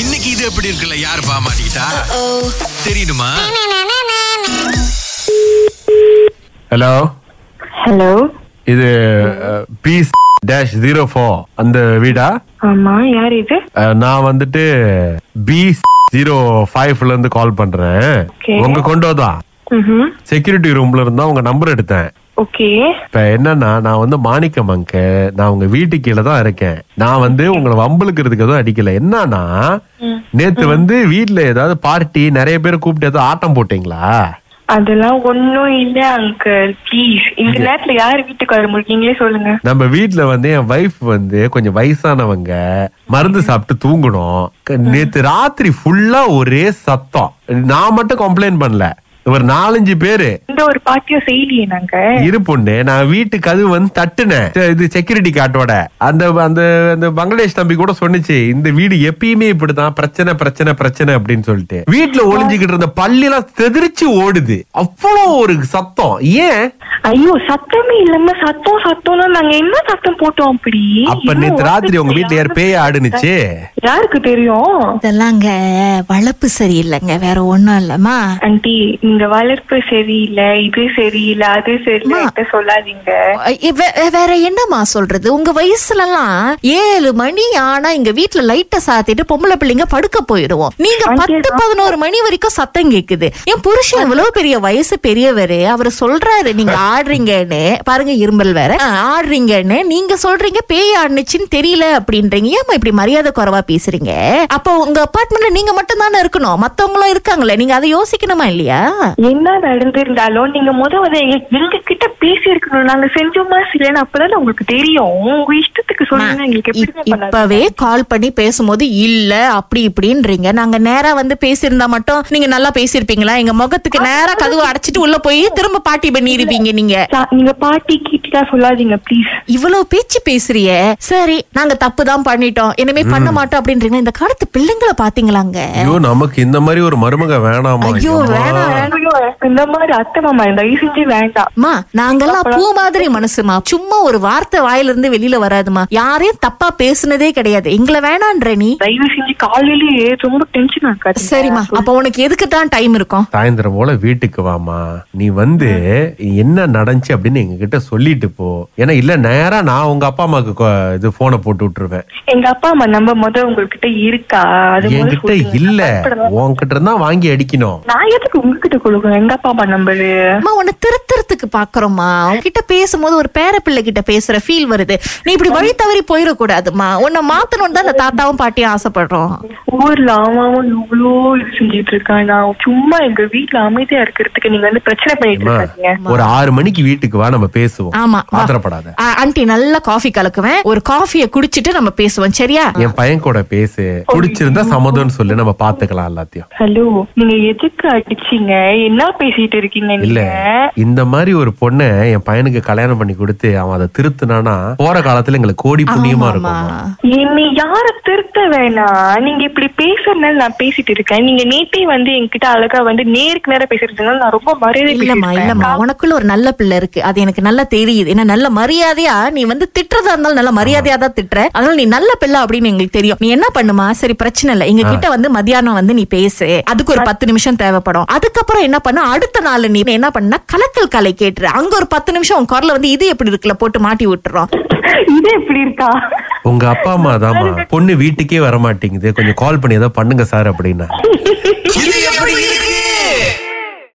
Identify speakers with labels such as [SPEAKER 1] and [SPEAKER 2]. [SPEAKER 1] இன்னைக்கு இது எப்படி இருக்குல்ல யார் பாமாட்டா தெரியணுமா
[SPEAKER 2] ஹலோ
[SPEAKER 3] ஹலோ
[SPEAKER 2] இது பீஸ் டேஷ் ஜீரோ ஃபோர் அந்த வீடா
[SPEAKER 3] ஆமா யார் இது
[SPEAKER 2] அஹ், நான் வந்துட்டு பி ஜீரோ ஃபைவ்ல இருந்து கால் பண்றேன்
[SPEAKER 3] Okay.
[SPEAKER 2] உங்க கொண்டோ தான்
[SPEAKER 3] ம்ஹும்.
[SPEAKER 2] செக்யூரிட்டி ரூம்ல இருந்தா உங்க நம்பர் எடுத்தேன்
[SPEAKER 3] ஓகே
[SPEAKER 2] இப்ப என்னன்னா நான் வந்து மாணிக்கம் அங்க நான் உங்க வீட்டு கீழே தான் இருக்கேன் நான் வந்து உங்களை வம்பளுக்கிறதுக்கு எதுவும் அடிக்கல என்னன்னா நேத்து வந்து வீட்ல ஏதாவது பார்ட்டி நிறைய பேர் கூப்பிட்டு ஏதோ ஆட்டம் போட்டீங்களா
[SPEAKER 3] அதெல்லாம் ஒண்ணும் இல்ல அங்கிள் ப்ளீஸ் இந்த நேரத்துல யார் வீட்டுக்கு வர முடியும் நீங்களே சொல்லுங்க
[SPEAKER 2] நம்ம வீட்ல வந்து என் வைஃப் வந்து கொஞ்சம் வயசானவங்க மருந்து சாப்பிட்டு தூங்கணும் க- நேத்து ராத்திரி ஃபுல்லா ஒரே சத்தம் நான் மட்டும் கம்ப்ளைண்ட் பண்ணல ஒரு நாலஞ்சு பேரு
[SPEAKER 3] இந்த ஒரு பாட்டியும் செய்யலையே நாங்க
[SPEAKER 2] இரு பொண்ணு நான் வீட்டு கதவு வந்து தட்டுனேன் சே, இது செக்யூரிட்டி காட்டோட அந்த அந்த அந்த பங்களாதேஷ் தம்பி கூட சொன்னுச்சு இந்த வீடு எப்பயுமே இப்படிதான் பிரச்சனை பிரச்சனை பிரச்சனை அப்படின்னு சொல்லிட்டு வீட்ல ஒளிஞ்சுக்கிட்டு இருந்த பள்ளி எல்லாம் செதிரிச்சு ஓடுது அவ்வளோ ஒரு சத்தம் ஏன்
[SPEAKER 3] ஐயோ சத்தமே இல்லாம சத்தம் சத்தம்னா நாங்க என்ன சத்தம் போட்டோம் அப்படி
[SPEAKER 2] அப்ப
[SPEAKER 3] இன்னும்
[SPEAKER 2] நேத்து ராத்திரி உங்க
[SPEAKER 3] ஒருத்தர்
[SPEAKER 2] வீட்டுல யார்
[SPEAKER 3] யாரும்
[SPEAKER 2] பேய ஆடுனுச்சு
[SPEAKER 3] யாருக்கு தெரியும்
[SPEAKER 4] இதெல்லாங்க வளர்ப்பு சரியில்லைங்க வேற ஒண்ணும் இல்லம்மா
[SPEAKER 3] ஆண்டி இந்த வளர்ப்பு சரியில்லை இது சரியில்லை அது சரியில்லை
[SPEAKER 4] அம்மா.
[SPEAKER 3] என்கிட்ட சொல்லாதீங்க
[SPEAKER 4] இ- வே- வேற என்னம்மா சொல்றது உங்க வயசுலலாம் ஏழு மணி ஆனா எங்க வீட்ல லைட்ட சாத்திட்டு பொம்பளை பிள்ளைங்க படுக்க போயிடுவோம் நீங்க பத்து பதினோரு மணி வரைக்கும் சத்தம் கேக்குது என் புருஷன் இவ்வளவு பெரிய வயசு பெரியவரு அவர் சொல்றாரு நீங்க ஆடுறீங்கன்னு பாருங்க இரும்பல் வேற ஆ, ஆடுறீங்கன்னு நீங்க சொல்றீங்க பேய் ஆடுனுச்சுன்னு தெரியல அப்படின்றீங்க ஏமா இப்படி மரியாதை குறைவா பேசுறீங்க அப்போ உங்க அபார்ட்மெண்ட்ல நீங்க மட்டும் தானே இருக்கணும் மத்தவங்களும் இருக்காங்களே நீங்க அதை யோசிக்கணுமா இல்லையா
[SPEAKER 3] என்ன நடந்திருந்தாலும் நீங்க முத முத எங்க- எங்க கிட்ட பேசி இருக்கணும் நாங்க செஞ்சோமா இல்லைன்னு அப்பதான் உங்களுக்கு தெரியும் உங்க இஷ்டத்துக்கு சொல்லுங்க எங்களுக்கு
[SPEAKER 4] இப்-
[SPEAKER 3] எப்படி பண்ணாது
[SPEAKER 4] இப்பவே கால் பண்ணி பேசும்போது இல்ல அப்படி இப்படின்றீங்க நாங்க நேரா வந்து பேசியிருந்தா மட்டும் நீங்க நல்லா பேசியிருப்பீங்களா எங்க முகத்துக்கு நேரா கதவு அடைச்சிட்டு உள்ள போய் திரும்ப பாட்டி பண்ணிருப்பீங்க நீங்க
[SPEAKER 3] சா- நீங்க பாட்டி கிட்டா சொல்லாதீங்க ப்ளீஸ்
[SPEAKER 4] இவ்வளவு பேச்சு பேசுறிய சரி நாங்க தப்பு தான் பண்ணிட்டோம் இனிமே பண்ண மாட்டோம் அப்படின்றீங்க இந்த காலத்து பிள்ளைங்களை பாத்தீங்களாங்க
[SPEAKER 2] ஐயோ நமக்கு இந்த மாதிரி ஒரு மருமக வேணாமா
[SPEAKER 4] ஐயோ வேணாம் வேணாம்
[SPEAKER 3] இந்த மாதிரி அத்தை மாமா தயவு செஞ்சு வேண்டாம்
[SPEAKER 4] மா நாங்கெல்லாம் பூ மாதிரி மனசுமா சும்மா ஒரு வார்த்தை வாயில இருந்து வெளியில வராதுமா யாரையும் தப்பா பேசுனதே கிடையாது எங்களை வேணான்ற நீ
[SPEAKER 3] தயவு செஞ்சு காலையிலேயே ரொம்ப டென்ஷன் ஆக்காது
[SPEAKER 4] சரிம்மா அப்ப உனக்கு எதுக்கு தான் டைம் இருக்கும்
[SPEAKER 2] சாயந்தரம் போல வீட்டுக்கு வாமா நீ வந்து என்ன நடந்துச்சு அப்படின்னு எங்ககிட்ட சொல்லிட்டு போ ஏன்னா இல்ல நேரா நான் உங்க அப்பா அம்மாக்கு கொ- இது போனை போட்டு விட்டுருவேன்
[SPEAKER 3] எங்க அப்பா அம்மா நம்ம முத உங்ககிட்ட இருக்கா அது முத
[SPEAKER 2] என்கிட்ட
[SPEAKER 3] சொல்லுங்க.
[SPEAKER 2] இல்ல
[SPEAKER 3] பயப்படாத.
[SPEAKER 2] உன்கிட்ட இருந்தா வாங்கி அடிக்கணும்
[SPEAKER 3] நான் எதுக்கு உங்ககிட்ட கொடுக்கணும் எங்க அப்பா அம்மா நம்பரு
[SPEAKER 4] அம்மா உன்னை திருத்துறதுக்கு பாக்குறோம்மா உன்கிட்ட பேசும்போது ஒரு பேர பிள்ளை கிட்ட பேசுற ஃபீல் வருது நீ இப்படி வழி தவறி போயிடக்கூடாதுமா உன்னை மாத்தணும்னு தான் அந்த தாத்தாவும் பாட்டியும் ஆசைப்படுறோம்
[SPEAKER 3] ஊர்ல அவன் இவ்வளோ இது செஞ்சுட்டு இருக்கான் நான் சும்மா எங்க வீட்ல அமைதியா இருக்கிறதுக்கு நீங்க வந்து பிரச்சனை பண்ணிட்டு
[SPEAKER 2] அம்மா,
[SPEAKER 3] இருக்காதீங்க
[SPEAKER 2] ஒரு ஆறு மணிக்கு வீட்டுக்கு வா நம்ம பேசுவோம்
[SPEAKER 4] ஆமா வா.
[SPEAKER 2] ஆத்திரப்படாத
[SPEAKER 4] ஆ, ஆண்டி நல்லா காஃபி கலக்குவேன் ஒரு காஃபியை குடிச்சிட்டு நம்ம பேசுவோம் சரியா
[SPEAKER 2] என் பையன் கூட பேசு பிடிச்சிருந்தா சம்மதம்னு சொல்லி நம்ம பாத்துக்கலாம் எல்லாத்தையும்
[SPEAKER 3] ஹலோ நீங்க எதுக்கு அடிச்சீங்க என்ன பேசிட்டு இருக்கீங்க
[SPEAKER 2] இல்ல
[SPEAKER 3] நீங்க
[SPEAKER 2] இந்த மாதிரி ஒரு பொண்ணை என் பையனுக்கு கல்யாணம் பண்ணி கொடுத்து அவன் அதை திருத்துனானா போற காலத்துல எங்களுக்கு கோடி புண்ணியமா
[SPEAKER 4] ஆமா
[SPEAKER 2] இருக்கும்
[SPEAKER 3] என்னை யார திருத்த வேணாம் நீங்க இப்படி பேசுறதுனால நான் பேசிட்டு இருக்கேன் நீங்க நேத்தே வந்து என்கிட்ட அழகா வந்து நேருக்கு நேரம் பேசுறதுனால நான் ரொம்ப மரியாதை
[SPEAKER 4] இல்லம்மா
[SPEAKER 3] பேசிருக்கேன்
[SPEAKER 4] இல்லம்மா உனக்குள்ள ஒரு நல்ல பிள்ளை இருக்கு அது எனக்கு நல்லா தெரியுது ஏன்னா நல்ல மரியாதையா நீ வந்து திட்டுறதா இருந்தாலும் நல்ல மரியாதையா தான் திட்டுற அதனால நீ நல்ல பிள்ளை அப்படின்னு எங்களுக்கு தெரியும் நீ என்ன பண்ணுமா சரி பிரச்சனை இல்லை எங்க கிட்ட வந்து மத்தியானம் வந்து நீ பேசு அதுக்கு ஒரு பத்து நிமிஷம் தேவைப்படும் அதுக்கப்புறம் என்ன பண்ண அடுத்த நாள் நீ என்ன பண்ணா கலக்கல் கலை கேட்டுரு அங்க ஒரு பத்து நிமிஷம் உன் குரல வந்து இது எப்படி இருக்குல்ல போட்டு மாட்டி விட்டுறோம்
[SPEAKER 3] இது எப்படி இருக்கா
[SPEAKER 2] உங்க அப்பா அம்மா தாமா பொண்ணு வீட்டுக்கே வர மாட்டேங்குது கொஞ்சம் கால் பண்ணி ஏதாவது பண்ணுங்க சார் அப்படின்னா
[SPEAKER 1] இது எப்படி